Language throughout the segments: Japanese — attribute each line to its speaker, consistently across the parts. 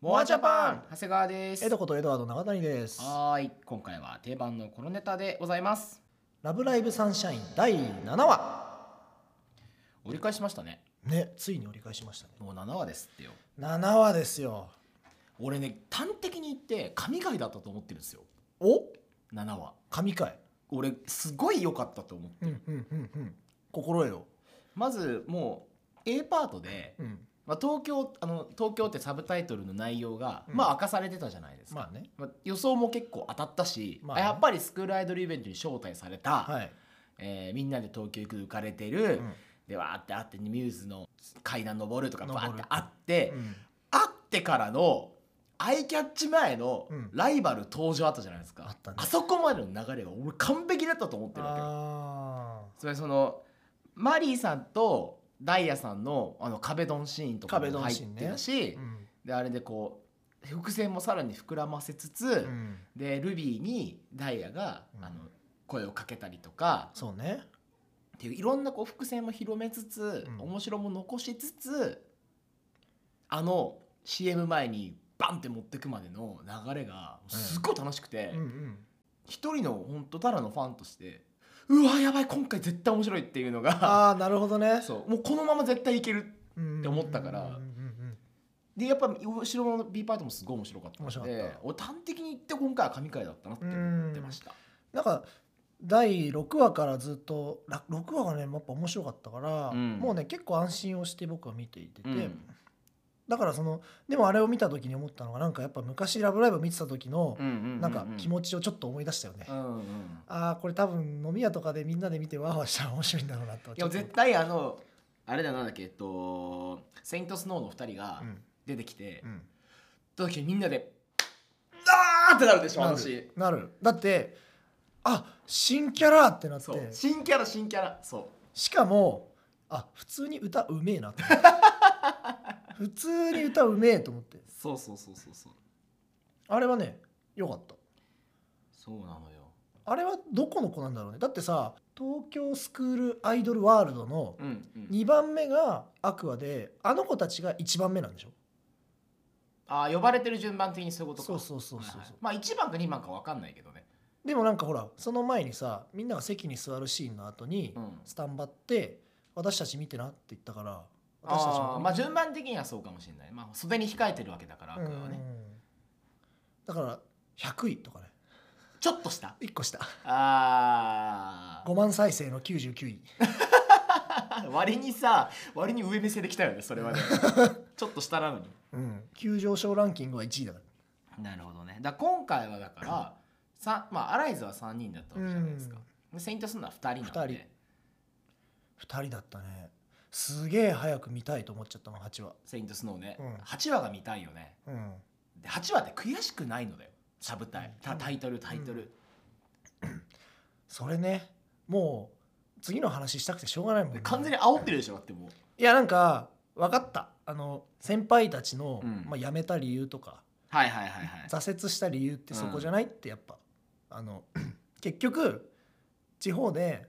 Speaker 1: モアジャパン長谷川です
Speaker 2: 江戸ことエドワード永谷です
Speaker 1: はーい今回は定番のこのネタでございます
Speaker 2: ラブライブサンシャイン第7話
Speaker 1: 折り返しましたね
Speaker 2: ねついに折り返しましたね
Speaker 1: もう7話ですってよ
Speaker 2: 7話ですよ
Speaker 1: 俺ね端的に言って神回だったと思ってるんですよ
Speaker 2: お
Speaker 1: 7話
Speaker 2: 神回
Speaker 1: 俺すごい良かったと思う
Speaker 2: うんうんうんうん心得よ
Speaker 1: まずもう A パートで、
Speaker 2: うん
Speaker 1: まあ、東京あの東京ってサブタイトルの内容が、
Speaker 2: うん
Speaker 1: まあ明かされてたじゃないですか、
Speaker 2: まあね
Speaker 1: まあ予想も結構当たったし、
Speaker 2: まあね
Speaker 1: やっぱりスクールアイドルイベントに招待された、
Speaker 2: はい、
Speaker 1: えーみんなで東京行く浮かれてる、
Speaker 2: うん
Speaker 1: でわーってあってミューズの階段登るとかバ
Speaker 2: 登る
Speaker 1: ーってあって、
Speaker 2: うん
Speaker 1: あってからのアイキャッチ前の
Speaker 2: うん
Speaker 1: ライバル登場あったじゃないですか、
Speaker 2: あったね
Speaker 1: そこまでの流れが俺完璧だったと思ってるわけよ
Speaker 2: あ
Speaker 1: それそのマリーさんとダイヤさんのあの壁ドンシーンとか
Speaker 2: 壁
Speaker 1: も
Speaker 2: ドン
Speaker 1: 入っ
Speaker 2: シーンね
Speaker 1: てたし、
Speaker 2: ーうん
Speaker 1: であれでこう伏線もさらに膨らませつつ、
Speaker 2: うん
Speaker 1: でルビーにダイヤが、
Speaker 2: うん
Speaker 1: あの声をかけたりとか
Speaker 2: そうね
Speaker 1: っていういろんなこう伏線も広めつつ、
Speaker 2: うん
Speaker 1: 面白も残しつつあの CM 前にバンって持ってくまでの流れがすっごい楽しくて、
Speaker 2: うんうん
Speaker 1: 一人の本当ただのファンとしてうわやばい今回絶対面白いっていうのが
Speaker 2: ああなるほどね
Speaker 1: そうもうこのまま絶対いける
Speaker 2: うん
Speaker 1: って思ったから
Speaker 2: うんうんうん
Speaker 1: でやっぱ後ろの B パートもすごい面白かったの
Speaker 2: 面白か
Speaker 1: で
Speaker 2: った
Speaker 1: 俺端的に言って今回は神回だったなって思ってました
Speaker 2: なんか第6話からずっとら6話がねやっぱ面白かったから、
Speaker 1: うん
Speaker 2: もうね結構安心をして僕は見ていてて、
Speaker 1: うん
Speaker 2: だからそのでもあれを見た時に思ったのがなんかやっぱ昔「ラブライブ!」見てた時の
Speaker 1: うんうん
Speaker 2: なんか
Speaker 1: 持
Speaker 2: 気持ちをちょっと思い出したよね、
Speaker 1: うんうん
Speaker 2: ああこれ多分飲み屋とかでみんなで見てワーワーしたら面白いんだろうな
Speaker 1: い
Speaker 2: と
Speaker 1: や
Speaker 2: ちょっ
Speaker 1: 絶対あのあれだなんだっけえっとセイントスノーの2人が
Speaker 2: とうん
Speaker 1: 出てきて、
Speaker 2: うん
Speaker 1: 時みんなで「あー!」ってなるでしょ
Speaker 2: な
Speaker 1: 私
Speaker 2: るなるだってあ新キャラってなっ
Speaker 1: そう
Speaker 2: て
Speaker 1: 新キャラ新キャラそ
Speaker 2: しかもあ普通に歌うめえなって思 って普通に歌うめえと思って
Speaker 1: うそうそうそうそうそう
Speaker 2: あれはね良かった
Speaker 1: そうなのよ
Speaker 2: あれはどこの子なんだろうねだってさ東京スクールアイドルワールドの
Speaker 1: うん、うん、
Speaker 2: 2番目がアクアであの子たちが1番目なんでしょ
Speaker 1: あー呼ばれてる順番的にそういうことか
Speaker 2: そうそうそうそうそう、
Speaker 1: はいはいまあ1番か2番か分かんないけどね
Speaker 2: でもなんかほらその前にさみんなが席に座るシーンの後に
Speaker 1: うん
Speaker 2: スタンバって私たち見てなって言ったから私たち
Speaker 1: あ
Speaker 2: も
Speaker 1: ーまあ順番的にはそうかもしれない、まあ、袖に控えてるわけだから、アクアは
Speaker 2: う
Speaker 1: ね、
Speaker 2: んだから100位とかね
Speaker 1: ちょっとした
Speaker 2: 1個下
Speaker 1: あ
Speaker 2: 5万再生の99位
Speaker 1: ー 割にさ割に上目線できたよねそれは ねちょっと下なのに
Speaker 2: うん急上昇ランキングは1位だか
Speaker 1: なるほどねだから今回はだからさまあアライズは3人だったわけじゃないですか、でセイントスンナは2人なん
Speaker 2: 二人
Speaker 1: で
Speaker 2: ら2人だったねすげえ早く見たいと思っちゃったの8話
Speaker 1: セイントスノーね、
Speaker 2: うん
Speaker 1: 8話が見たいよね
Speaker 2: うん
Speaker 1: で8話って悔しくないのだよサブタイタタイトルタイトル、
Speaker 2: それねもう次の話したくてしょうがないもん、
Speaker 1: で
Speaker 2: ね、
Speaker 1: 完全に煽ってるでしょだってもう
Speaker 2: いやなんか分かったあの先輩たちの、
Speaker 1: うん
Speaker 2: まあ、辞めた理由とか
Speaker 1: はいはいはいはい
Speaker 2: 挫折した理由って
Speaker 1: うん
Speaker 2: そこじゃないってやっぱ、あの 結局地方で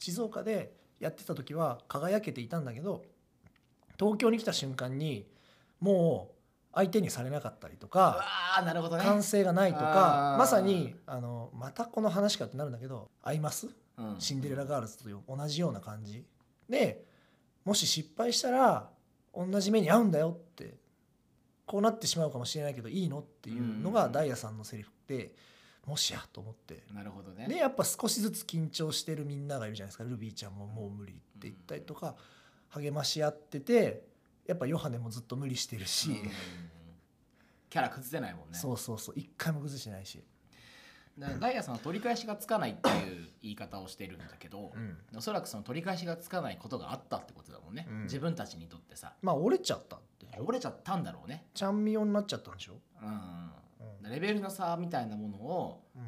Speaker 2: 静岡でやってた時は輝けていたんだけど東京に来た瞬間にもう相手にされなかったりと
Speaker 1: うわ
Speaker 2: か
Speaker 1: ーなるほどね、
Speaker 2: 完成がないとか
Speaker 1: あー
Speaker 2: まさにあのまたこの話かってなるんだけど「合います?」
Speaker 1: うん
Speaker 2: シンデレラガールズと同じような感じでもし失敗したら同じ目に遭うんだよってこうなってしまうかもしれないけどいいのっていうの
Speaker 1: う
Speaker 2: が
Speaker 1: ん
Speaker 2: ダイヤさんのセリフでもしやと思って
Speaker 1: なるほどね
Speaker 2: でやっぱ少しずつ緊張してるみんながいるじゃないですかルビーちゃんももう無理って言ったりとか励まし合っててやっぱヨハネもずっと無理してるし
Speaker 1: うんキャラ崩せないもんね
Speaker 2: そうそうそう一回も崩してないし
Speaker 1: だからダイヤさんは取り返しがつかないっていう言い方をしてるんだけど、
Speaker 2: うん
Speaker 1: おそらくその取り返しがつかないことがあったってことだもんね、
Speaker 2: うん
Speaker 1: 自分たちにとってさ
Speaker 2: まあ折れちゃったって
Speaker 1: 折れちゃったんだろうね、
Speaker 2: ちゃんみよになっちゃったんでしょ
Speaker 1: うん、
Speaker 2: うん
Speaker 1: レベルの差みたいなものを、
Speaker 2: うん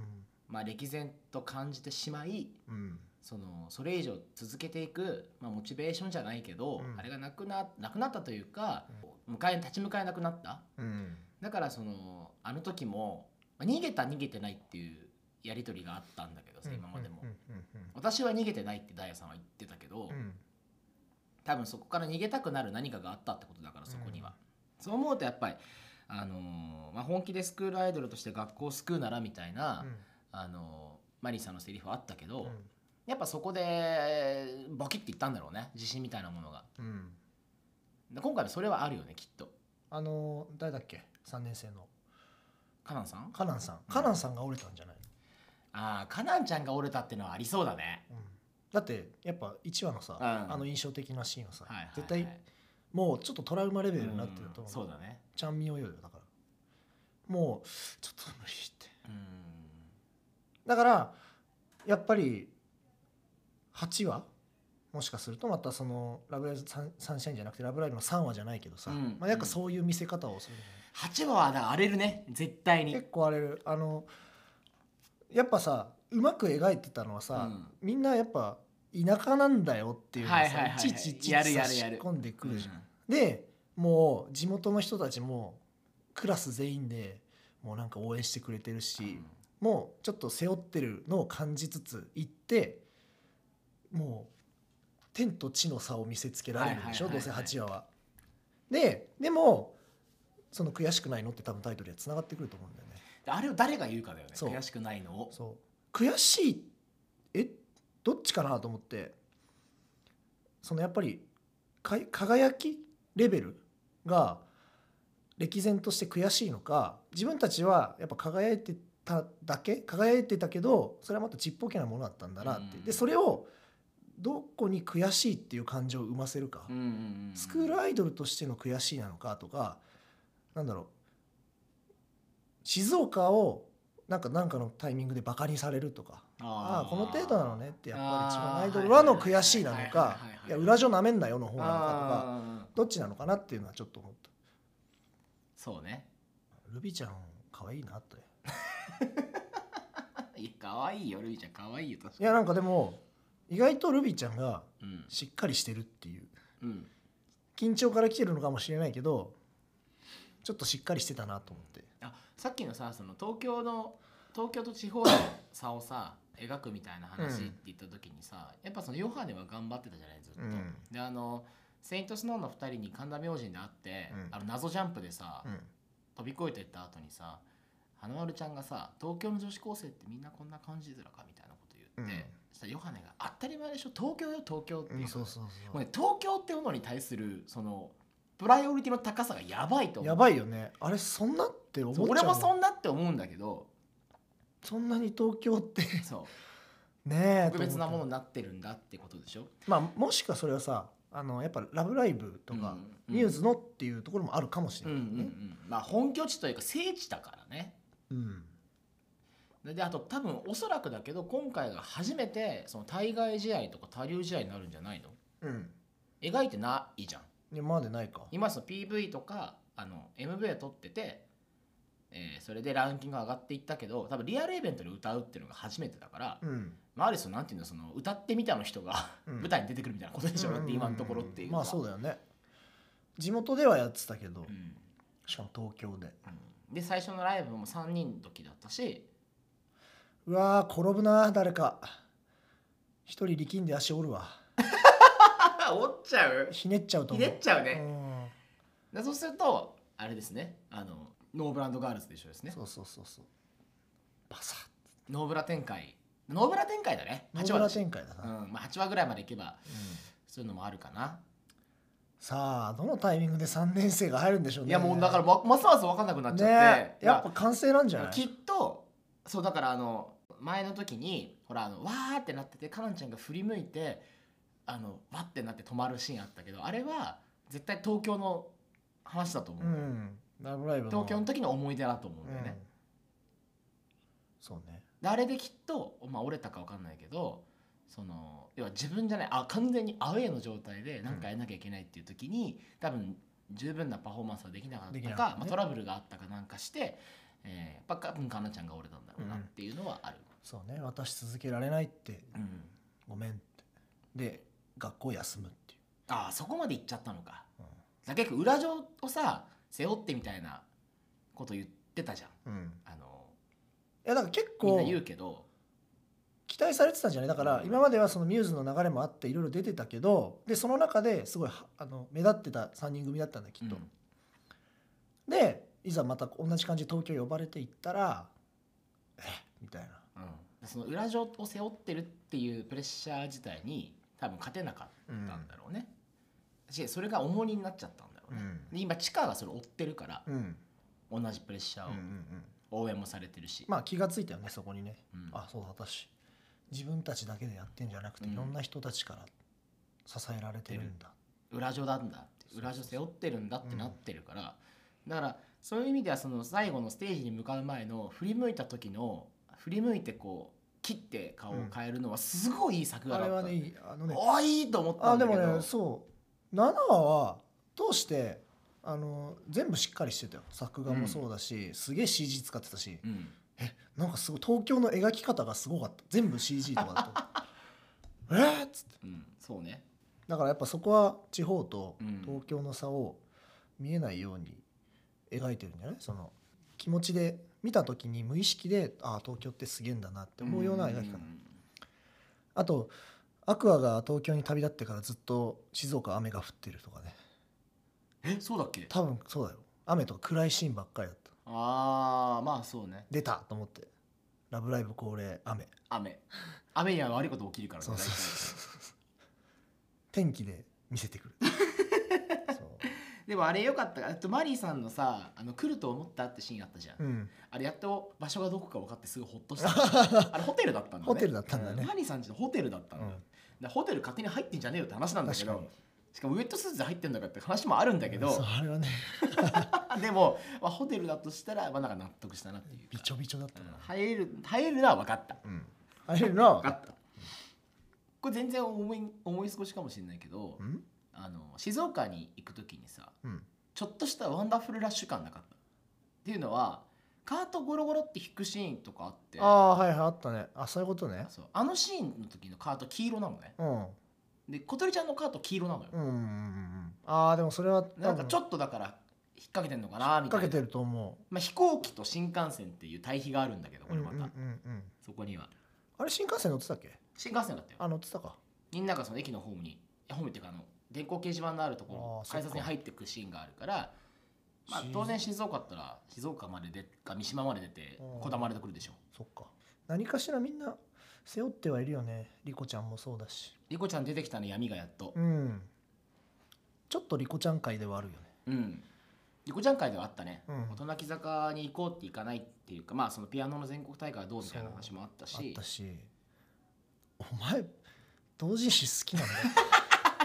Speaker 1: まあ、歴然と感じてしまい
Speaker 2: うん
Speaker 1: そのそれ以上続けていく、まあ、モチベーションじゃないけど、
Speaker 2: うん
Speaker 1: あれがなくななくなったというか、迎え立ち向かえなくなった
Speaker 2: うん
Speaker 1: だからそのあの時も、まあ逃げた逃げてないっていうやり取りがあったんだけどさ今までも、
Speaker 2: うんうんうん
Speaker 1: 私は逃げてないってダイヤさんは言ってたけど、
Speaker 2: うんうん
Speaker 1: 多分そこから逃げたくなる何かがあったってことだからそこには、そう思うとやっぱりあのーまあ、本気でスクールアイドルとして学校を救うならみたいな、あのーマリーさんのセリフはあったけど、やっぱそこでバキッていったんだろうね自信みたいなものが
Speaker 2: うんうん
Speaker 1: で今回もそれはあるよねきっと
Speaker 2: あの誰だっけ3年生の
Speaker 1: カナンさん
Speaker 2: カナンさんカナンさんが折れたんじゃない
Speaker 1: ああカナンちゃんが折れたってのはありそうだね
Speaker 2: の、うんだってやっぱ1話のさ、
Speaker 1: うん
Speaker 2: あの印象的なシーンはさ、
Speaker 1: はいはいはい
Speaker 2: 絶対もうちょっとトラウマレベルになってると
Speaker 1: うん
Speaker 2: 思う,、
Speaker 1: そうだね
Speaker 2: ちゃんみよよよだからもうちょっと無理って
Speaker 1: うん
Speaker 2: だからやっぱり8話もしかするとまたその「ラブライブサンサンシャイン」じゃなくて「ラブライブ!」の3話じゃないけどさ、
Speaker 1: うん
Speaker 2: まあ、なんかそういう見せ方をするんじゃない
Speaker 1: 8話はだから荒れるね絶対に
Speaker 2: 結構あれあのやっぱさうまく描いてたのはさ、
Speaker 1: うん
Speaker 2: みんなやっぱ田舎なんだよっていうのをさ、
Speaker 1: はいはいはいはい
Speaker 2: ちいちいちいち
Speaker 1: や
Speaker 2: さ
Speaker 1: るやる
Speaker 2: 仕
Speaker 1: やる
Speaker 2: 込んでくるじゃん。
Speaker 1: うん
Speaker 2: でもう地元の人たちもクラス全員でもうなんか応援してくれてるし、もうちょっと背負ってるのを感じつつ行ってもう天と地の差を見せつけられるでしょ、
Speaker 1: はいはいはいはい
Speaker 2: どうせ8話は。ででもその悔しくないのって多分タイトルでつながってくると思うんだよね。
Speaker 1: あれを誰が言うかだよね
Speaker 2: そう
Speaker 1: 悔しくないのを
Speaker 2: そう悔しいえどっちかなと思ってそのやっぱりか輝きレベルが歴然として悔しいのか自分たちはやっぱ輝いてただけ輝いてたけどそれはまたちっぽけなものだったんだなって、
Speaker 1: うん
Speaker 2: でそれをどこに悔しいっていう感情を生ませるか、
Speaker 1: うんうんうん
Speaker 2: スクールアイドルとしての悔しいなのかとかなんだろう静岡をなんかなんかのタイミングでバカにされるとかあ
Speaker 1: あ
Speaker 2: あ
Speaker 1: ー
Speaker 2: この程度なのねってやっぱり一番
Speaker 1: あー
Speaker 2: アイドルはの
Speaker 1: はいはいはい
Speaker 2: 悔しいなの
Speaker 1: は
Speaker 2: か
Speaker 1: いはいはい
Speaker 2: いや裏情なめんなよの方なのかとか
Speaker 1: あー
Speaker 2: どっちなのかなっていうのはちょっと思った
Speaker 1: そうね
Speaker 2: ルビちゃん可愛いなって
Speaker 1: いや可愛いよルイちゃん可愛いよ確か
Speaker 2: い
Speaker 1: に
Speaker 2: やなんかでも意外とルビちゃんが
Speaker 1: うん
Speaker 2: しっかりしてるっていう
Speaker 1: うん
Speaker 2: 緊張から来てるのかもしれないけどちょっとしっかりしてたなと思って
Speaker 1: あさっきのさその東京の東京と地方の差をさ描くみたいな話って言った時にさ、やっぱそのヨハネは頑張ってたじゃないずっと。
Speaker 2: うん
Speaker 1: であのセイントスノーの2人に神田明神で会って、
Speaker 2: うん
Speaker 1: あの謎ジャンプでさ、
Speaker 2: うん
Speaker 1: 飛び越えてった後にさ花丸ちゃんがさ東京の女子高生ってみんなこんな感じづらかみたいなこと言って、
Speaker 2: うん
Speaker 1: そしたらヨハネが「当たり前でしょ東京よ東京」っていうう,、
Speaker 2: んそうそうそう
Speaker 1: もうね東京ってものに対するそのプライオリティの高さがやばいと思う
Speaker 2: やばいよねあれそんなって思っちゃ
Speaker 1: そう
Speaker 2: う
Speaker 1: 俺もそ
Speaker 2: ん
Speaker 1: んなって思うんだけど
Speaker 2: そんなに東京って
Speaker 1: そう
Speaker 2: ねえ
Speaker 1: 特別なもの
Speaker 2: と思っ
Speaker 1: になってるんだってことでしょ
Speaker 2: たまあもしかそれはさあのやっぱ「ラブライブ!」とか、ニュースのっていうところもあるかもし
Speaker 1: う
Speaker 2: れ
Speaker 1: んう
Speaker 2: なんいね、
Speaker 1: うんまあ本拠地というか聖地だからね
Speaker 2: うん
Speaker 1: であと多分おそらくだけど今回が初めてその対外試合とか他流試合になるんじゃないの
Speaker 2: うん
Speaker 1: 描いてないじゃん
Speaker 2: 今までないか
Speaker 1: 今その PV とかあの MV を撮ってて、えーそれでランキングが上がっていったけど多分リアルイベントで歌うっていうのが初めてだから、
Speaker 2: うん
Speaker 1: まあある種なんていうのその歌ってみたの人が
Speaker 2: うん
Speaker 1: 舞台に出てくるみたいなことでしょ、だって今のところっていうの
Speaker 2: ま
Speaker 1: は
Speaker 2: あそうだよね地元ではやってたけど、
Speaker 1: うん
Speaker 2: しかも東京で
Speaker 1: で最初のライブも3人の時だった し
Speaker 2: うわー転ぶな誰か一人力んで足折るわ
Speaker 1: あ折っちゃう
Speaker 2: ひねっちゃうと思う
Speaker 1: ちゃう
Speaker 2: うん
Speaker 1: でそうするとあれですねあのノーブランドガールズで一緒ですね
Speaker 2: そうそうそうそうバサッ
Speaker 1: ノーブラ展開ノーブラ展開だね
Speaker 2: ノ
Speaker 1: 8話
Speaker 2: ーブ
Speaker 1: だ
Speaker 2: ラ
Speaker 1: し、
Speaker 2: 展開だ
Speaker 1: う
Speaker 2: な、
Speaker 1: んまあ、8話ぐらいまでいけば
Speaker 2: うん
Speaker 1: そういうのもあるかな、
Speaker 2: さあどのタイミングで3年生が入るんでしょうね
Speaker 1: いやもうだからまますます分かんなくなっちゃって
Speaker 2: ね、えやっぱ完成なんじゃ
Speaker 1: ま
Speaker 2: な
Speaker 1: あ
Speaker 2: い
Speaker 1: きっとそうだからあの前の時にほらあのわーってなっててかなンちゃんが振り向いてあのわってなって止まるシーンあったけどあれは絶対東京の話だと思う、
Speaker 2: うん「ラブライブ!」
Speaker 1: 東京の時の思い出だと思うんだよね、
Speaker 2: うんそうね
Speaker 1: であれできっと、まあ、折れたか分かんないけどその要は自分じゃないあ完全にアウェーの状態で何かやんなきゃいけないっていう時に、多分十分なパフォーマンスはできなかった
Speaker 2: でき
Speaker 1: か
Speaker 2: なかったね
Speaker 1: まあ、トラブルがあったかなんかして、えー、やっぱ多分かなちゃんが折れたんだろうなっていうのはある。
Speaker 2: そうね私続けられないって
Speaker 1: うん
Speaker 2: ごめんってで学校休むってい
Speaker 1: ああそこまで行っちゃったのか
Speaker 2: う
Speaker 1: だ結構裏情をさ背負ってみたいなこと言ってたじゃん
Speaker 2: うん、い
Speaker 1: あの
Speaker 2: やだから結
Speaker 1: みん
Speaker 2: 構
Speaker 1: な言うけど
Speaker 2: 期待されてたんじゃないだから
Speaker 1: うん
Speaker 2: 今まではそのミューズの流れもあっていろいろ出てたけどでその中ですごいはあの目立ってた3人組だったんだきっと、
Speaker 1: うん
Speaker 2: でいざまた同じ感じで東京呼ばれて行ったらえみたいな
Speaker 1: うん、その裏情を背負ってるっていうプレッシャー自体に多分勝てなかったんだろうね、しそれが重荷になっちゃったんだろうね、で今チカがそれを追ってるから
Speaker 2: うんうん
Speaker 1: 同じプレッシャーを
Speaker 2: うんうん
Speaker 1: 応援もされてるし、
Speaker 2: まあ気がついたよねそこにね
Speaker 1: うん
Speaker 2: あそうだ私自分たちだけでやってんじゃなくて、
Speaker 1: うん
Speaker 2: いろんな人たちから支えられてるんだ、
Speaker 1: 裏情なんだって
Speaker 2: そうそうそう
Speaker 1: 裏情背負ってるんだってなってるから、だからそういう意味ではその最後のステージに向かう前の振り向いた時の振り向いてこう切って顔を変えるのはすごいいい作画
Speaker 2: あ
Speaker 1: だ
Speaker 2: れ
Speaker 1: った
Speaker 2: は
Speaker 1: の、
Speaker 2: ねいいあのね
Speaker 1: おーいいと思った
Speaker 2: あ
Speaker 1: ん
Speaker 2: で
Speaker 1: だけ
Speaker 2: も
Speaker 1: ど
Speaker 2: ねそう7話は通してあの全部しっかりしてたよ作画もそうだし、すげえ CG 使ってたし、
Speaker 1: うん、
Speaker 2: なんかすごい東京の描き方がすごかった全部 CG とか だとえっつって
Speaker 1: うん、そうね
Speaker 2: だからやっぱそこは地方と
Speaker 1: うん
Speaker 2: 東京の差を見えないように描いてるんじゃないその気持ちで見た時に無意識でああ東京ってすげえんだなって思うような描き方
Speaker 1: ん
Speaker 2: あとアクアが東京に旅立ってからずっと静岡雨が降ってるとかね
Speaker 1: えそうだっけ
Speaker 2: 多分そうだよ雨とか暗いシーンばっかりだった
Speaker 1: ああまあそうね
Speaker 2: 出たと思って「ラブライブ!」恒例雨
Speaker 1: 雨雨には悪いこと起きるからね
Speaker 2: そうそうそうそう天気で見せ てくるそう
Speaker 1: 大体でもあれよかったあとマリーさんのさあの来ると思ったってシーンあったじゃん、
Speaker 2: うん
Speaker 1: あれやっと場所がどこか分かってすぐホッとしたあれホテルだったんだね
Speaker 2: ホテルだったんだね
Speaker 1: うマリーさんちのホテルだったんだ,、
Speaker 2: うん
Speaker 1: だからホテル勝手に入ってんじゃねえよって話なんだけ
Speaker 2: 確か
Speaker 1: ど
Speaker 2: に
Speaker 1: しかもウエットスーツで入ってんだからって話もあるんだけ
Speaker 2: そう
Speaker 1: ど、
Speaker 2: あれはね
Speaker 1: でも、まあ、ホテルだとしたら、まあ、なんか納得したなっていうか
Speaker 2: びちょびちょだった
Speaker 1: うん
Speaker 2: な
Speaker 1: 入れる入れるのは分かった
Speaker 2: うん入れるな
Speaker 1: 分かったこれ全然思い思い過ごしかもしれないけど
Speaker 2: うん
Speaker 1: あの静岡に行く時にさ
Speaker 2: うん
Speaker 1: ちょっとしたワンダフルラッシュ感なかったっていうのはカートゴロゴロって引くシーンとかあって
Speaker 2: ああはいはいあったねあそういうことね
Speaker 1: そうあのシーンの時のカート黄色なのね
Speaker 2: うん
Speaker 1: で小鳥ちゃんのカート黄色なのよ
Speaker 2: うんうんうんうんああでもそれは
Speaker 1: なんかちょ
Speaker 2: っ
Speaker 1: っとだから引っ掛けてんのかなみた
Speaker 2: か
Speaker 1: いな
Speaker 2: けてると思
Speaker 1: まあ、飛行機と新幹線っていう対比があるんだけど
Speaker 2: う
Speaker 1: これまた、
Speaker 2: うんうんうんうん
Speaker 1: そこには
Speaker 2: あれ新幹線乗ってたっけ
Speaker 1: 新幹線だったよ
Speaker 2: あ乗ってたか
Speaker 1: みんながその駅のホームにいやホームっていうかあの電光掲示板のあるとこ
Speaker 2: あ
Speaker 1: ろ
Speaker 2: ー
Speaker 1: 改札に入ってくシーンがあるから、まあ
Speaker 2: し、
Speaker 1: 当然静岡だったら静岡まででか三島まで出て
Speaker 2: うん
Speaker 1: こだまで来るでしょ
Speaker 2: そっか何かしらみんな背負ってはいるよねリコちゃんもそうだし
Speaker 1: リコちゃん出てきたね闇がやっと
Speaker 2: うんちょっとリコちゃん界ではあるよね
Speaker 1: うんリコちゃん会ではあったね、
Speaker 2: うん
Speaker 1: 大人木坂に行こうって行かないっていうかまあそのピアノの全国大会はどうみたいな話もあった
Speaker 2: あっ
Speaker 1: した
Speaker 2: しお前同人誌好きなんだ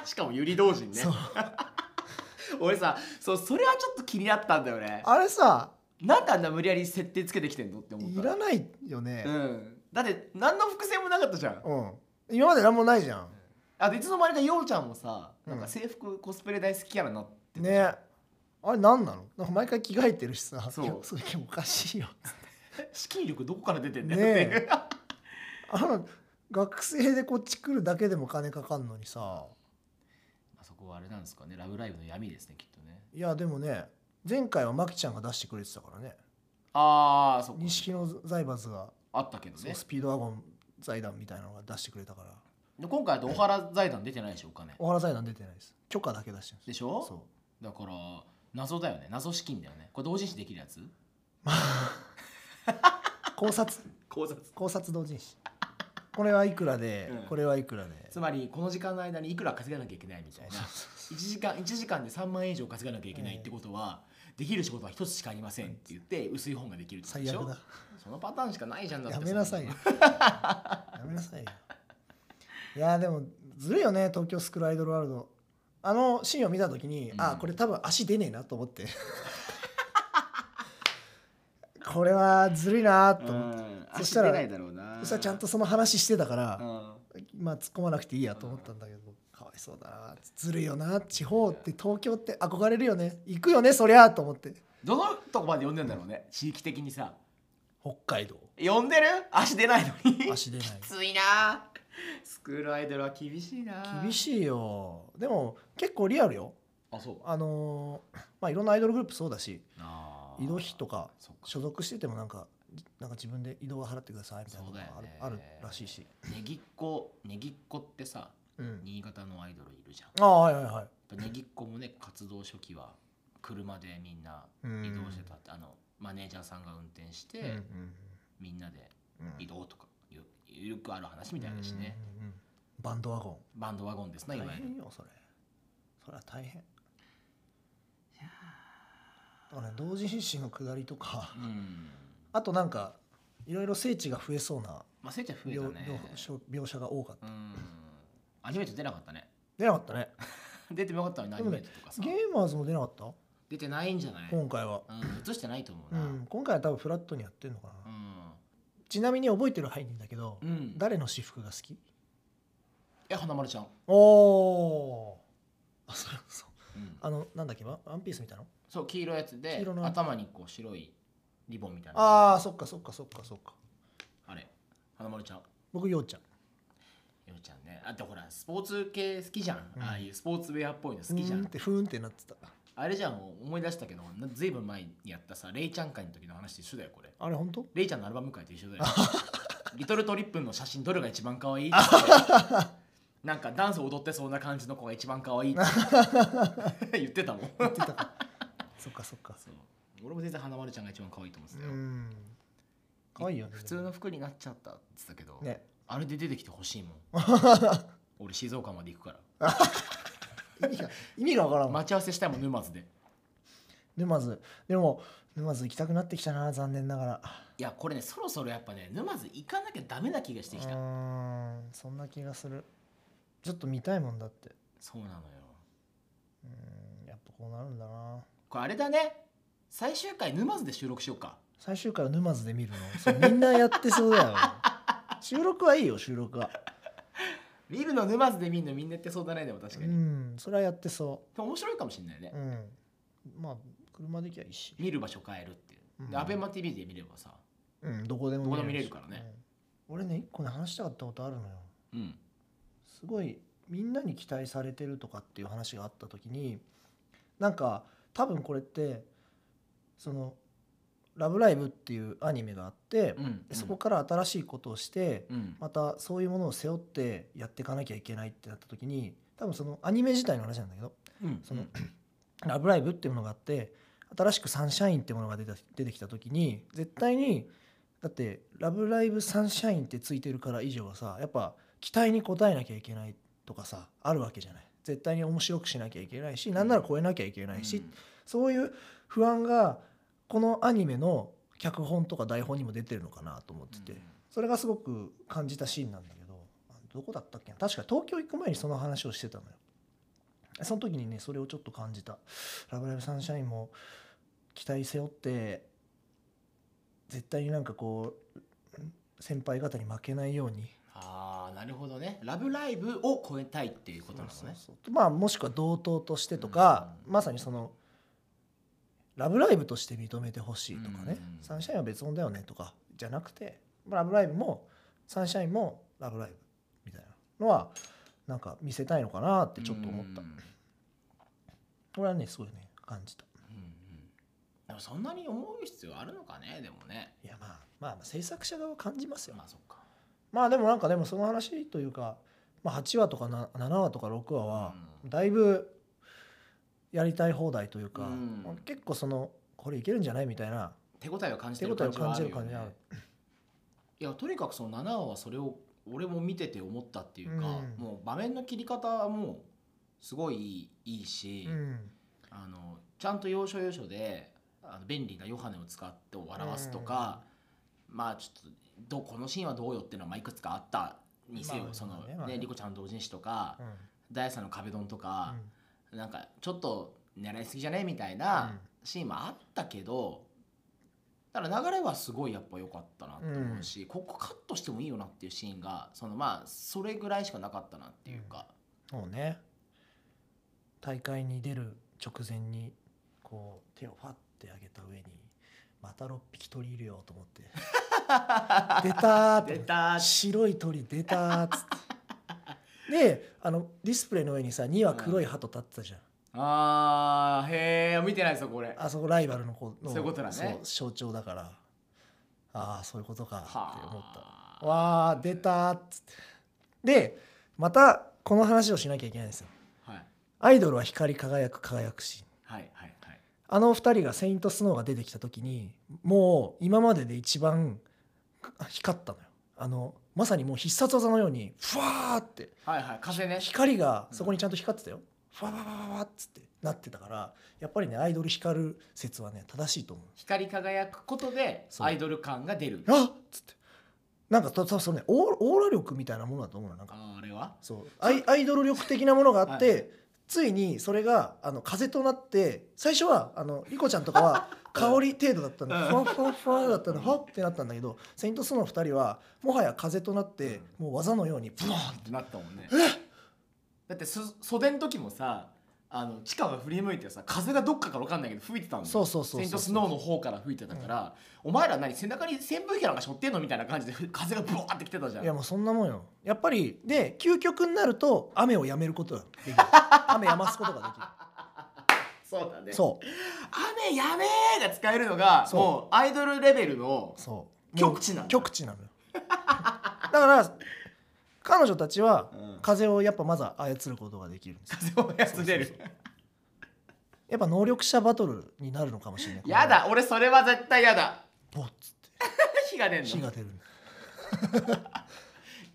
Speaker 1: しかもゆり同人 ね
Speaker 2: そう
Speaker 1: 俺さそうそれはちょっと気になったんだよね
Speaker 2: あれさ
Speaker 1: なんであんな無理やり設定つけてきてんのって思った
Speaker 2: いらないよね
Speaker 1: うんだって何の伏線もなかったじゃん
Speaker 2: うん、今まで何もないじゃん
Speaker 1: あといつの間にかようちゃんもさ
Speaker 2: うん
Speaker 1: なんか制服コスプレ大好きキャラになってたじゃん
Speaker 2: ねあれ何なのなんか毎回着替えてるしさ
Speaker 1: そう
Speaker 2: いやそれおかしいよ
Speaker 1: 資金力どこから出てんだよっていう、
Speaker 2: ねあの学生でこっち来るだけでも金かかんのにさ
Speaker 1: あそこはあれなんですかね「ラブライブ!」の闇ですねきっとね
Speaker 2: いやでもね前回はマキちゃんが出してくれてたからね
Speaker 1: ああそっか
Speaker 2: 錦の財閥が
Speaker 1: あったけど
Speaker 2: そう
Speaker 1: ね
Speaker 2: スピードワゴン財団みたいなのが出してくれたから
Speaker 1: で今回だと小原財団出てないでしょお金
Speaker 2: 小原財団出てないです許可だけ出してるんです
Speaker 1: でしょ
Speaker 2: そう
Speaker 1: だから謎だよね謎資金だよねこれ同人誌できるやつ
Speaker 2: 考察
Speaker 1: 考察
Speaker 2: 考察同人誌これはいくらで、
Speaker 1: うん
Speaker 2: これはいくらで
Speaker 1: つまりこの時間の間にいくら稼がなきゃいけないみたいな1時間一時間で3万円以上稼がなきゃいけないってことは、できる仕事は一つしかありませんって言って薄い本ができるってことで
Speaker 2: 最
Speaker 1: しょ
Speaker 2: 悪だ
Speaker 1: そのパターンしかないじゃんだって
Speaker 2: やめなさいよやめなさいよいやでもずるいよね東京スクールアイドルワールドあのシーンを見た時に、
Speaker 1: うん
Speaker 2: あこれ多分足出ねえなと思ってこれはずるいな
Speaker 1: そ
Speaker 2: と
Speaker 1: んな
Speaker 2: 思
Speaker 1: の
Speaker 2: って、
Speaker 1: うん
Speaker 2: そ
Speaker 1: そ
Speaker 2: し
Speaker 1: したた
Speaker 2: ら
Speaker 1: らないだろうな
Speaker 2: そしたらちゃんとその話してたか
Speaker 1: う
Speaker 2: ら、
Speaker 1: ん
Speaker 2: まあ突っ込まなくていいやと思ったんだけど、かわいそうだなずるいよな地方って東京って憧れるよね行くよねそりゃあと思って
Speaker 1: どのとこまで読んでんだろうね地域的にさ
Speaker 2: 北海道
Speaker 1: 読んでる足出ないのに
Speaker 2: 足出ない
Speaker 1: きついなスクールアイドルは厳しいな
Speaker 2: 厳
Speaker 1: い
Speaker 2: しいよでも結構リアルよ
Speaker 1: あそう
Speaker 2: あのーまあいろんなアイドルグループそうだし
Speaker 1: あー
Speaker 2: 移動費とか
Speaker 1: そっか
Speaker 2: 所属しててもなんかなんか自分で移動は払ってくださいみたいなのが
Speaker 1: そ
Speaker 2: あ
Speaker 1: う
Speaker 2: る,、
Speaker 1: だよね
Speaker 2: あるらしいし、
Speaker 1: ねぎっこねぎっこってさ
Speaker 2: うん、
Speaker 1: 新潟のアイドルいるじゃん
Speaker 2: ああはいはいはい
Speaker 1: ネギっ子もね活動初期は車でみんな
Speaker 2: うん
Speaker 1: 移動してたって、あのマネージャーさんが運転して、
Speaker 2: うん
Speaker 1: みんなで
Speaker 2: うんうん
Speaker 1: 移動とかよよくある話みたいですしね、
Speaker 2: うんうんうんバンドワゴ
Speaker 1: バンドワゴンです
Speaker 2: ン
Speaker 1: ねいわゆる
Speaker 2: 大変よそれそれは大変だからね同人誌の下りとか
Speaker 1: うん
Speaker 2: あとなんかいろいろ聖地が増えそうな
Speaker 1: まあせいちゃん増え
Speaker 2: 描,、
Speaker 1: たね
Speaker 2: 描写が多かった
Speaker 1: うんアニメート出なかったね
Speaker 2: 出なかったね
Speaker 1: 出てもよかったのにア
Speaker 2: で
Speaker 1: ニ
Speaker 2: も
Speaker 1: メ
Speaker 2: ね
Speaker 1: ートとかさ、
Speaker 2: ゲーマーズも出なかった
Speaker 1: 出てないんじゃない、うん、
Speaker 2: 今回は、
Speaker 1: 映してないと思う
Speaker 2: う
Speaker 1: な、
Speaker 2: ん、今回は多分フラットにやってるのかな、
Speaker 1: うん
Speaker 2: ちなみに覚えてる範囲でいいんだけど、
Speaker 1: うん、
Speaker 2: 誰の私服が好き
Speaker 1: え花丸ちゃん、
Speaker 2: おおあそれそ
Speaker 1: う
Speaker 2: う
Speaker 1: ん
Speaker 2: あのなんだっけワワンピース見たの
Speaker 1: そう黄色いやつで
Speaker 2: 黄色の
Speaker 1: 頭にこう白いリボンみたいな
Speaker 2: ああそっかそっかそっかそっか
Speaker 1: あれ花丸ちゃん
Speaker 2: 僕ようちゃん
Speaker 1: ようちゃんねあとほらスポーツ系好きじゃん、
Speaker 2: うん
Speaker 1: ああいうスポーツウェアっぽいの好きじゃ
Speaker 2: ふー
Speaker 1: ん
Speaker 2: ってふーんってなってた
Speaker 1: あれじゃんもう思い出したけどなずいぶん前にやったさレイちゃん会の時の話と一緒だよこれ
Speaker 2: あれ本当
Speaker 1: レイちゃんのアルバム会と一 緒だよリトルトリップンの写真どれが一番可愛 いってなんかダンス踊ってそうな感じの子が一番可愛いって 言ってたもん
Speaker 2: 言って たかそっかそっか
Speaker 1: そう俺も全然花丸ちゃんが一番可愛いと思ってた
Speaker 2: う
Speaker 1: よ、
Speaker 2: ん可愛いよね
Speaker 1: 普通の服になっちゃったって言ってたけど、
Speaker 2: ね
Speaker 1: あれで出てきてほしいも ん俺静岡まで行くから
Speaker 2: 意味が意味がわからん、
Speaker 1: 待ち合わせしたいもん沼津で
Speaker 2: 沼津でも沼津行きたくなってきたな残念ながら
Speaker 1: いやこれねそろそろやっぱね沼津行かなきゃダメな気がしてき
Speaker 2: う
Speaker 1: た
Speaker 2: ーんそんな気がするちょっと見たいもんだって
Speaker 1: そうなのよ
Speaker 2: うーんやっぱこうなるんだな
Speaker 1: これあれだね最終回沼津で収録しようか
Speaker 2: 最終回は沼津 で見るのそうみんなやってそうだよ収録はいいよ収録は
Speaker 1: 見るの沼津で見るのみんなやってそうだねでも確か
Speaker 2: う
Speaker 1: に、
Speaker 2: んそれはやってそ
Speaker 1: でも面白いかもしれないね
Speaker 2: う、うんまあ車で行きゃいいし
Speaker 1: 見る場所変えるっていう、
Speaker 2: うん
Speaker 1: でアベマ t v で見ればさ
Speaker 2: うんどこでも
Speaker 1: どこでも
Speaker 2: し
Speaker 1: 見れるからね、
Speaker 2: うん俺ね一個ね話したかったことあるのよ
Speaker 1: うん
Speaker 2: すごいみんなに期待されてるとかっていう話があった時になんか多分これってその「ラブライブ!」っていうアニメがあって、
Speaker 1: うん
Speaker 2: でそこから新しいことをして、
Speaker 1: うん
Speaker 2: またそういうものを背負ってやっていかなきゃいけないってなった時に多分そのアニメ自体の話なんだけど
Speaker 1: うん
Speaker 2: その「 ラブライブ!」っていうものがあって新しく「サンシャイン」ってものが出た出てきた時に絶対にだって「ラブライブサンシャイン」ってついてるから以上はさやっぱ期待に応えなきゃいけないとかさあるわけじゃない絶対に面白くしなきゃいけないしなんなら超えなきゃいけないし、そういう不安がこのアニメの脚本とか台本にも出てるのかなと思ってて、それがすごく感じたシーンなんだけどあどこだったっけな確か東京行く前にその話をしてたのよその時にねそれをちょっと感じた「ラブライブサンシャイン」も期待背負って絶対になんかこう先輩方に負けないように
Speaker 1: ああなるほどね「ラブライブ!」を超えたいっていうことなのね
Speaker 2: そうそうそうまあもしくは同等としてとか、
Speaker 1: うん
Speaker 2: まさにその「ラブライブ!」として認めてほしいとかね
Speaker 1: うん
Speaker 2: 「サンシャインは別物だよね」とかじゃなくて「まあラブライブ!」も「サンシャイン」も「ラブライブ!」みたいなのはなんか見せたいのかなってちょっと思った、
Speaker 1: うん
Speaker 2: これはねすごいね感じた
Speaker 1: うんうんでもそんなに思う必要あるのかねでもね
Speaker 2: いやまあまあまあ制作者側は感じますよ
Speaker 1: まあそっか
Speaker 2: まあでもなんかでもその話というか、まあ、8話とかな7話とか6話は
Speaker 1: うん
Speaker 2: だいぶやりたい放題というか、
Speaker 1: うん
Speaker 2: 結構そのこれいけるんじゃないみたいな
Speaker 1: 手応えを感じてる
Speaker 2: 手応
Speaker 1: 感
Speaker 2: えを
Speaker 1: じは
Speaker 2: 感
Speaker 1: あ
Speaker 2: じ
Speaker 1: る
Speaker 2: る
Speaker 1: よ
Speaker 2: 感じ
Speaker 1: ね
Speaker 2: はある
Speaker 1: いやとにかくその7話はそれを俺も見てて思ったっていうか、
Speaker 2: うん
Speaker 1: もう場面の切り方はもうすごいいいいいし、
Speaker 2: うん
Speaker 1: あのちゃんと要所要所であの便利なヨハネを使って表すとか、まあちょっとどうこのシーンはどうよっていうのはまあいくつかあったにせよ、
Speaker 2: まあ
Speaker 1: その
Speaker 2: まあね
Speaker 1: ね
Speaker 2: まあね
Speaker 1: リコちゃんの同人誌とか、
Speaker 2: うん
Speaker 1: ダイヤさんの壁ドンとか、なんかちょっと狙いすぎじゃねみたいなシーンもあったけど、ただ流れはすごいやっぱ良かったなって思うし、ここカットしてもいいよなっていうシーンがそのまあそれぐらいしかなかったなっていうか、
Speaker 2: そうね大会に出る直前にこう手をファッて上げた上にまた6匹鳥いるよと思って 出たーと思って
Speaker 1: 出たー
Speaker 2: 白い鳥出たーっつってであのディスプレイの上にさ2は黒い鳩立ってたじゃん、
Speaker 1: あーへえ見てないですよこれ。
Speaker 2: あそこライバルの子の
Speaker 1: そういうことだね
Speaker 2: そう象徴だからああそういうことかって思った
Speaker 1: はあ
Speaker 2: わあ出たーっつってでまたこの話をしなきゃいけないんですよ
Speaker 1: はい
Speaker 2: アイドルは光り輝く輝くし
Speaker 1: はいはいはい
Speaker 2: あの2人が「セイント・スノー」が出てきた時にもう今までで一番光ったのよあのまさにもう必殺技のようにふわーって
Speaker 1: はいはい風ね
Speaker 2: 光がそこにちゃんと光ってたよふわわわわわっつってなってたからやっぱりねアイドル光る説はね正しいと思う
Speaker 1: 光り輝くことで
Speaker 2: そう
Speaker 1: アイドル感が出る
Speaker 2: あっつってなんかと多分そのねオーオーラ力みたいなものだと思うのなんか
Speaker 1: ああれは
Speaker 2: そうアイアイドル力的なものがあって、
Speaker 1: はいは
Speaker 2: ついにそれがあの風となって最初はあのリコちゃんと かは香り程度だったの
Speaker 1: うん
Speaker 2: ふわふわふわだった
Speaker 1: う
Speaker 2: の
Speaker 1: ん
Speaker 2: はってなったんだけどセイントスノー2人はもはや風となってもう技のようにブ
Speaker 1: ブ
Speaker 2: ワ
Speaker 1: ワ
Speaker 2: ーン
Speaker 1: ーンってなったもんねだってそ袖の時もさあの地下が振り向いてさ風がどっかから分かんないけど吹いてたんだよ
Speaker 2: そうそうそうそう
Speaker 1: セイントスノーの方から吹いてたから、お前ら何背中に扇風機なんか背負ってんのみたいな感じで風がブワーって来てたじゃん
Speaker 2: いやもうそんなもんよやっぱりで究極になると雨をやめることが できる雨やますことができ
Speaker 1: そうだね
Speaker 2: るそ
Speaker 1: 雨やめーが使えるのが
Speaker 2: そう
Speaker 1: もうアイドルレベルの
Speaker 2: うそう
Speaker 1: 極地なんだ
Speaker 2: 極地なのよ だから彼女たちは
Speaker 1: うん
Speaker 2: 風をやっぱまずは操ることができるんです
Speaker 1: 風を操れ
Speaker 2: そう
Speaker 1: る
Speaker 2: そうやっぱ能力者バトルになるのかもしれない
Speaker 1: やだ俺それは絶対やだ
Speaker 2: ボッつって
Speaker 1: 火が出ん
Speaker 2: 火
Speaker 1: の
Speaker 2: が出る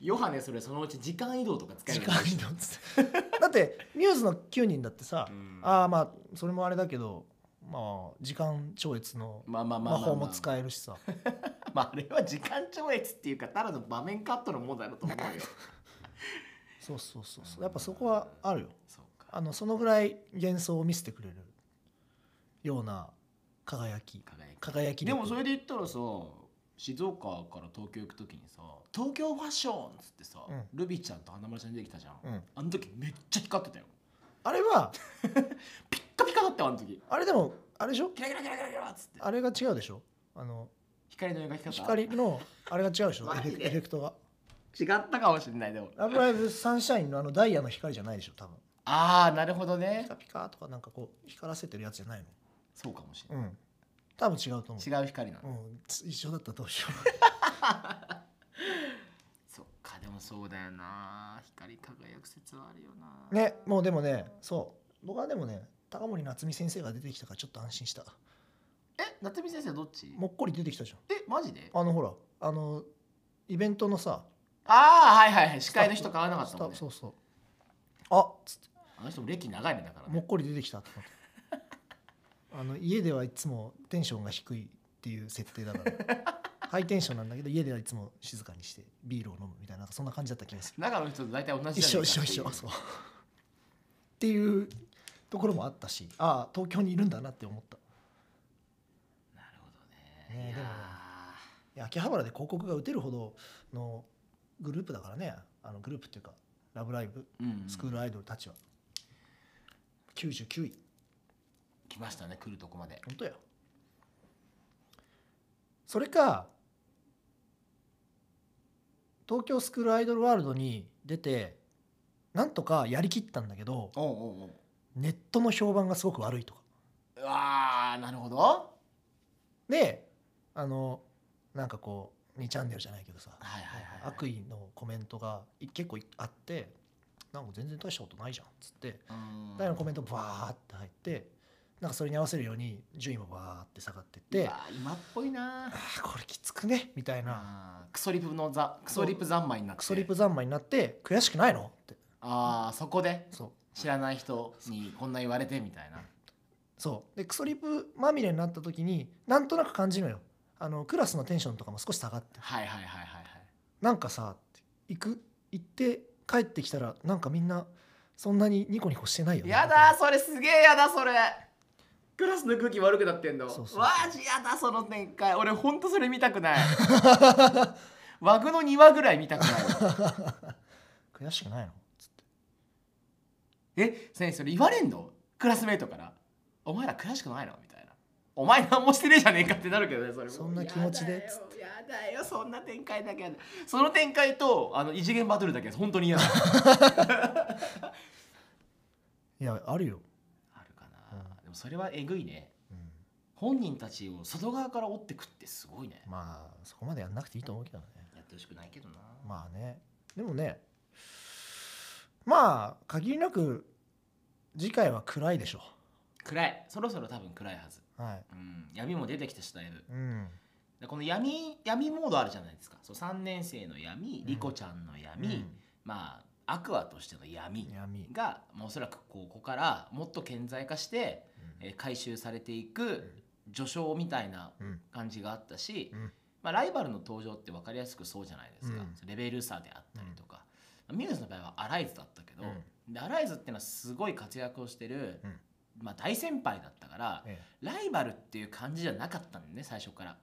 Speaker 1: ヨハネそれそのうち時間移動とか使え
Speaker 2: 時
Speaker 1: る
Speaker 2: 間移動っつってだってミューズの9人だってさ、
Speaker 1: うん
Speaker 2: ああまあそれもあれだけどまあ時間超越の
Speaker 1: まあまあまあまあ、
Speaker 2: 魔
Speaker 1: まあ、
Speaker 2: 法も使えるしさ、
Speaker 1: まああれは時間超越っていうかただの場面カットの問題だと 思うよ
Speaker 2: そうそうそうそうやっぱそこはあるよ
Speaker 1: そうか
Speaker 2: あのそのぐらい幻想を見せてくれるような輝き
Speaker 1: 輝き
Speaker 2: 輝き
Speaker 1: でもそれ
Speaker 2: で、
Speaker 1: で言ったらさ静岡から東京行く時にさ「東京ファッション」っつってさ、
Speaker 2: うん
Speaker 1: ルビーちゃんと花丸ちゃん出てきたじゃん、
Speaker 2: うん、
Speaker 1: あの時めっちゃ光ってたよ
Speaker 2: あれは
Speaker 1: ピッカピカだったよあの時
Speaker 2: あれでもあれでしょ
Speaker 1: キラキラキラキラキラっつって
Speaker 2: あれが違うでしょあの
Speaker 1: 光の描き方
Speaker 2: 光のあれが違うでしょエ
Speaker 1: マ
Speaker 2: フ
Speaker 1: ジ
Speaker 2: ェク
Speaker 1: で
Speaker 2: エフェクトが
Speaker 1: 違ったかもしれないでも
Speaker 2: 「ラブライブサンシャイン」のあのダイヤの光じゃないでしょ多分
Speaker 1: ああなるほど
Speaker 2: ピ
Speaker 1: ね
Speaker 2: カピカとかなんかこう光らせてるやつじゃないの
Speaker 1: そうかもしれない
Speaker 2: うん多分違うと思う
Speaker 1: 違う光なの、
Speaker 2: うん、一緒だったらどうしよ
Speaker 1: そっかでもそうだよな光り輝く説はあるよな
Speaker 2: う ねもうでもねそう僕はでもね高森夏実先生が出てきたからちょっと安心した
Speaker 1: え夏美先生どっち
Speaker 2: もっこり出てきたじゃん
Speaker 1: えマジで
Speaker 2: あのほらあのイベントのさ
Speaker 1: ああはいはいはい司会の人変わらなかったもんね
Speaker 2: スタッフそうそうあっつって
Speaker 1: あの人も歴長いねだから
Speaker 2: も
Speaker 1: ね
Speaker 2: っこり出てきたと思って あの家ではいつもテンションが低いっていう設定だから ハイテンションなんだけど家ではいつも静かにしてビールを飲むみたいななんかそんな感じだった気がする
Speaker 1: 長野の人と大体同じ
Speaker 2: 一
Speaker 1: じゃ
Speaker 2: 緒
Speaker 1: ない
Speaker 2: 一
Speaker 1: か
Speaker 2: 緒
Speaker 1: って
Speaker 2: 一
Speaker 1: いう
Speaker 2: 緒そうっていうところもあったしああ東京にいるんだなって思ったい
Speaker 1: なるほどね
Speaker 2: ね
Speaker 1: い
Speaker 2: でも
Speaker 1: や
Speaker 2: や秋葉原で広告が打てるほどのグループだからねあのグループっていうか「ラブライブ!」
Speaker 1: ーうん
Speaker 2: スクールアイドルたちは99位
Speaker 1: 来ましたね来るとこまで
Speaker 2: 本当やそれか東京スクールアイドルワールドに出てなんとかやりきったんだけど
Speaker 1: おうおうおう
Speaker 2: ネットの評判がすごく悪いとか
Speaker 1: うわーなるほど
Speaker 2: であのなんかこう2チャンネルじゃないけどさ
Speaker 1: はいはいはいはい
Speaker 2: 悪意のコメントがい結構いあってなんか全然大したことないじゃんっつって
Speaker 1: うん
Speaker 2: 誰のコメントバーって入ってなんかそれに合わせるように順位もバーって下がってって
Speaker 1: うわー今っぽいな
Speaker 2: あーこれきつくねみたいな
Speaker 1: あークソリプのざクソリプ三昧になって
Speaker 2: クソリプ三昧になって悔しくないのって
Speaker 1: ああそこで
Speaker 2: そう
Speaker 1: 知らない人にこんな言われてみたいな
Speaker 2: そうでクソリプまみれになった時になんとなく感じるのよあのクラスのテンションとかも少し下がって
Speaker 1: はいはいはいはいはい
Speaker 2: なんかさ行く行って帰ってきたらなんかみんなそんなにニコニコしてないよね
Speaker 1: やだーそれすげえやだそれクラスの空気悪くなってんの
Speaker 2: そうそうそう
Speaker 1: マジやだその展開俺ほんとそれ見たくない 枠の2話ぐらい見たくない
Speaker 2: 悔しくないのつって
Speaker 1: え先生それ言われんのクラスメートから「お前ら悔しくないの?」みたいな「お前何もしてねえじゃねえか」ってなるけどねそれも
Speaker 2: そんな気持ちで
Speaker 1: やだよやだよそんな展開だけやだその展開とあの異次元バトルだけ本当に 嫌だ
Speaker 2: いやあるよ、
Speaker 1: あるか
Speaker 2: う
Speaker 1: なでもそれはえぐいね
Speaker 2: うん、
Speaker 1: 本人たちを外側から追ってくってすごいね
Speaker 2: まあそこまでやんなくていいと思うけどね
Speaker 1: やってほしくないけどな
Speaker 2: まあねでもねまあ限りなく次回は暗いでしょ
Speaker 1: 暗いそろそろ多分暗いはず、
Speaker 2: はい
Speaker 1: うん、闇も出てきたしだいぶ
Speaker 2: うん
Speaker 1: でこの闇闇モードあるじゃないですかそう3年生の闇
Speaker 2: ん
Speaker 1: リコちゃんの闇、まあアクアとしての闇
Speaker 2: うん闇
Speaker 1: が、まあ、おそらくこうここからもっと顕在化して、えー回収されていく序章みたいな
Speaker 2: うん
Speaker 1: 感じがあったし、
Speaker 2: うん
Speaker 1: まあ、ライバルの登場って分かりやすくそうじゃないですか、
Speaker 2: うん
Speaker 1: レベル差であったりとか、ミューズの場合はアライズだったけど、
Speaker 2: う
Speaker 1: でアライズっていうのはすごい活躍をしてる、
Speaker 2: うん
Speaker 1: まあ、大先輩だったから
Speaker 2: ええ
Speaker 1: ライバルっていう感じじゃなかったんだよね最初から、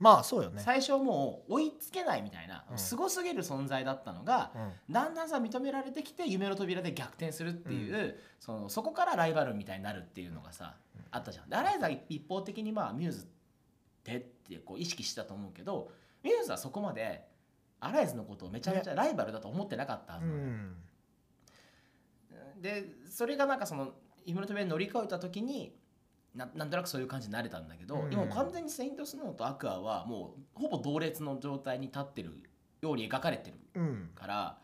Speaker 2: まあそうよね
Speaker 1: 最初はもう追いつけないみたいな、
Speaker 2: うん
Speaker 1: すごすぎる存在だったのが、
Speaker 2: うん
Speaker 1: だんだんさ認められてきて夢の扉で逆転するっていう、そのそこからライバルみたいになるっていうのがさ、
Speaker 2: うん
Speaker 1: あったじゃん。でアライズは一方的にまあミューズってってこう意識してたと思うけどミューズはそこまでアライズのことをめちゃめちゃライバルだと思ってなかったはず
Speaker 2: う
Speaker 1: なのよ
Speaker 2: ん
Speaker 1: でそれがなんかその夢の扉に乗り越えた時にななんとなくそういう感じになれたんだけど、
Speaker 2: うん
Speaker 1: 今完全に「セイントスノー」と「アクア」はもうほぼ同列の状態に立ってるように描かれてる
Speaker 2: うん
Speaker 1: から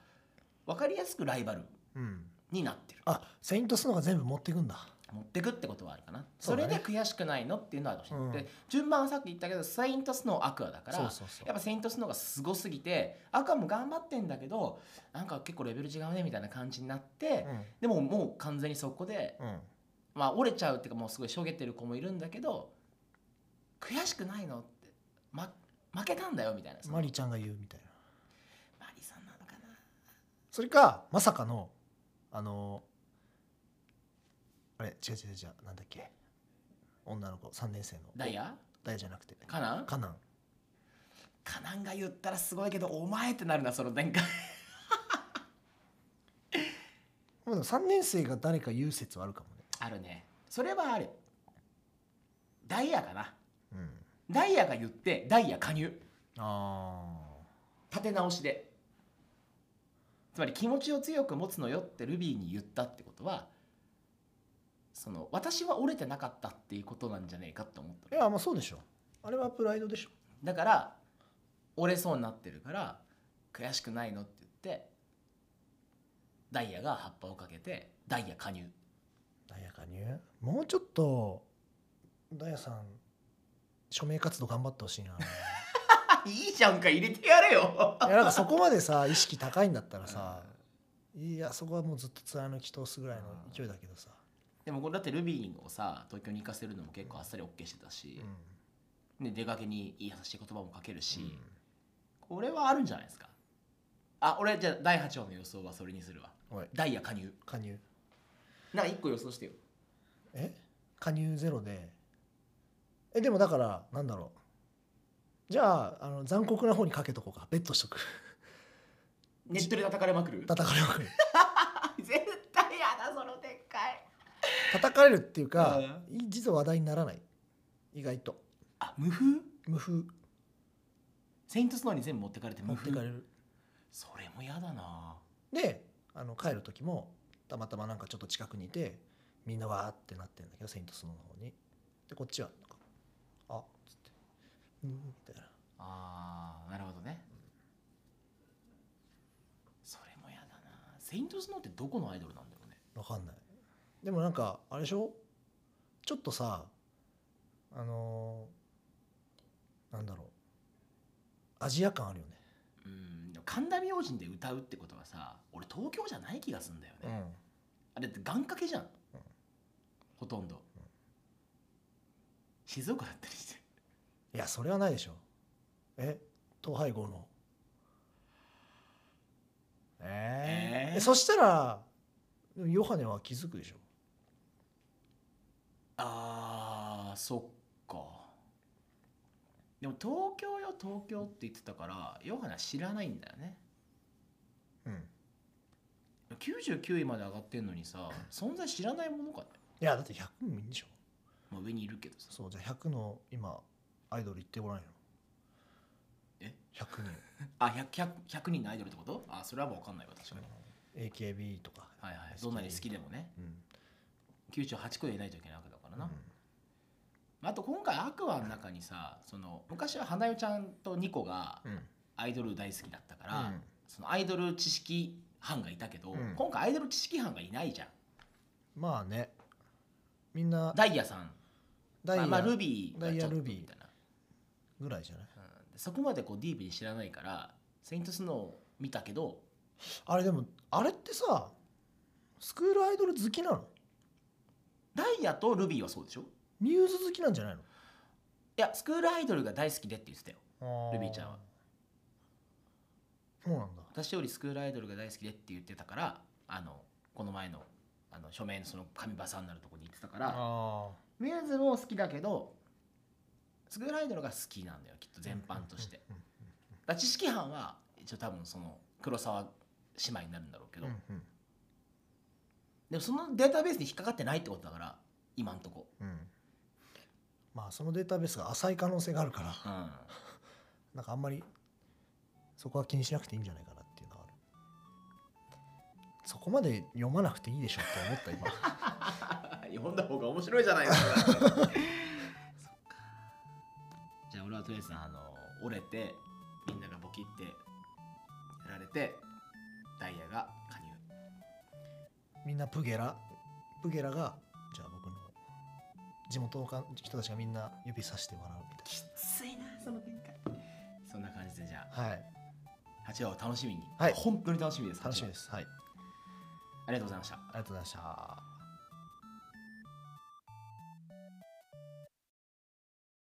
Speaker 1: 分かりやすくライバル
Speaker 2: うん
Speaker 1: になってる。
Speaker 2: あセイントスノーが全部持ってくんだ
Speaker 1: 持ってくってことはあるかな
Speaker 2: そ
Speaker 1: そう
Speaker 2: だ
Speaker 1: れ
Speaker 2: ね
Speaker 1: で悔しくないのっていうのはあるかもしれない、
Speaker 2: うん
Speaker 1: で順番はさっき言ったけど「セイントスノーアクア」だから
Speaker 2: そうそうそう
Speaker 1: やっぱ「セイントスノー」がすごすぎてアクアも頑張ってんだけどなんか結構レベル違うねみたいな感じになって、
Speaker 2: う
Speaker 1: でももう完全にそこで、
Speaker 2: んうん
Speaker 1: まあ、折れちゃうっていうかもうすごいしょげてる子もいるんだけど悔しくないのって、ま、負けたんだよみたいなその
Speaker 2: マリちゃんが言うみたいな
Speaker 1: マリさんなのかな
Speaker 2: それかまさかのあのあれ違う違う違うなんだっけ女の子3年生の
Speaker 1: ダイヤ
Speaker 2: ダイヤじゃなくて
Speaker 1: カナン
Speaker 2: カナン
Speaker 1: カナンが言ったらすごいけど「お前」ってなるなその展開
Speaker 2: まあでも3年生が誰か言う説はあるかもね
Speaker 1: あるねそれはあるダイヤかな
Speaker 2: うん
Speaker 1: ダイヤが言ってダイヤ加入
Speaker 2: あ
Speaker 1: 立て直しでつまり気持ちを強く持つのよってルビーに言ったってことはその私は折れてなかったっていうことなんじゃねえかって思った
Speaker 2: いやまあそうでしょあれはプライドでしょ
Speaker 1: だから折れそうになってるから悔しくないのって言ってダイヤが葉っぱをかけてダイヤ加入
Speaker 2: ダイヤ加入もうちょっとダイヤさん署名活動頑張ってほしい な
Speaker 1: あいいじゃんか入れてやれよ
Speaker 2: いやなんかそこまでさ意識高いんだったらさいやそこはもうずっと貫き通すぐらいの勢いだけどさ、
Speaker 1: でもこれだってルビーをさ東京に行かせるのも結構あっさり OK してたし、で出かけに優しい言葉もかけるし、これはあるんじゃないですかあ俺じゃあ第8話の予想はそれにするわ
Speaker 2: うんはい
Speaker 1: ダイヤ加入
Speaker 2: 加入
Speaker 1: なんか1個予想してよ
Speaker 2: え加入ゼロでえでもだからなんだろうじゃああの残酷な方にかけとこうかベットしとく
Speaker 1: ネットで叩かれまくる
Speaker 2: 叩かれまくる
Speaker 1: 絶対やだその展開
Speaker 2: 叩かれるっていうかい実は話題にならない意外と
Speaker 1: あ無風
Speaker 2: 無風
Speaker 1: セイントスノーに全部持ってかれて
Speaker 2: 持
Speaker 1: 無
Speaker 2: って
Speaker 1: 風
Speaker 2: かれる
Speaker 1: それもやだな
Speaker 2: であの帰る時もたまたまなんかちょっと近くにいてみんなわーってなってるんだけどセイントスノーの方にでこっちはなんか「あっ」つって「うん」みたいな
Speaker 1: あーなるほどねそれもやだなセイントスノーってどこのアイドルなんだろうね
Speaker 2: わかんないでもなんかあれでしょちょっとさあのーなんだろうアジア感あるよね、
Speaker 1: うんでも神田明神で歌うってことはさ俺東京じゃない気がすんだよね、あれって願掛けじゃん、ほとんど、静岡だったりして
Speaker 2: いやそれはないでしょえ統廃合のえ
Speaker 1: えー
Speaker 2: えそしたらでもヨハネは気づくでしょ
Speaker 1: あーそっかでも東京よ東京って言ってたからヨハネは知らないんだよね
Speaker 2: うん
Speaker 1: 99位まで上がってんのにさ存在知らないものかね
Speaker 2: いやだって100もいいんでしょ
Speaker 1: まあ上にいるけどさ
Speaker 2: そうじゃあ100の今アイドル行ってごらんよ
Speaker 1: え
Speaker 2: 100人
Speaker 1: あ100 100, 100人のアイドルってことあそれはもう分かんないわ確かに、
Speaker 2: AKB とか、
Speaker 1: はいはいどんなに好きでもね
Speaker 2: うん
Speaker 1: 98個入れないといけないわけだからな、
Speaker 2: うん
Speaker 1: あと今回アクアの中にさその昔は花代ちゃんとニコが
Speaker 2: うん
Speaker 1: アイドル大好きだったから、
Speaker 2: うん
Speaker 1: そのアイドル知識班がいたけど、
Speaker 2: うん
Speaker 1: 今回アイドル知識班がいないじゃん
Speaker 2: まあねみんな
Speaker 1: ダイヤさん
Speaker 2: ダイヤ
Speaker 1: まあ、まあルビーが
Speaker 2: ダイヤ
Speaker 1: ちょっと
Speaker 2: ルビー
Speaker 1: みたいな、
Speaker 2: ぐらいじゃない
Speaker 1: うんでそこまでこうディープに知らないからセイントスノーを見たけど
Speaker 2: あれでもあれってさスクールアイドル好きなの
Speaker 1: ダイヤとルビーはそうでしょ
Speaker 2: ミューズ好きなんじゃない
Speaker 1: いやスクールアイドルが大好きでって言ってたよ
Speaker 2: の
Speaker 1: ルビーちゃんは
Speaker 2: そうなんだ
Speaker 1: 私よりスクールアイドルが大好きでって言ってたからあのこの前のあの署名のその紙バサになるとこに行ってたから
Speaker 2: あ
Speaker 1: ミューズも好きだけどスクールアイドルが好きなんだよきっと全般として、だから知識班は一応多分その黒沢姉妹になるんだろうけど、でもそのデータベースに引っかかってないってことだから今んとこ、
Speaker 2: まあそのデータベースが浅い可能性があるから
Speaker 1: うん、
Speaker 2: なんかあんまりそこは気にしなくていいんじゃないかなっていうのはあるそこまで読まなくていいでしょって思った 今
Speaker 1: 読んだ方が面白いじゃないですかそっかじゃあ俺はとりあえずあの折れてみんながボキってやられてダイヤが加入
Speaker 2: みんなプゲラプゲラがじゃあ僕の地元のか人たちがみんな指さして笑うみ
Speaker 1: きついなその展開そんな感じでじゃあ
Speaker 2: たいなはい
Speaker 1: 8話を楽しみに、
Speaker 2: はい
Speaker 1: 本当に楽しみです
Speaker 2: 楽しみですすはい
Speaker 1: ありがとうございました
Speaker 2: ありがとうございました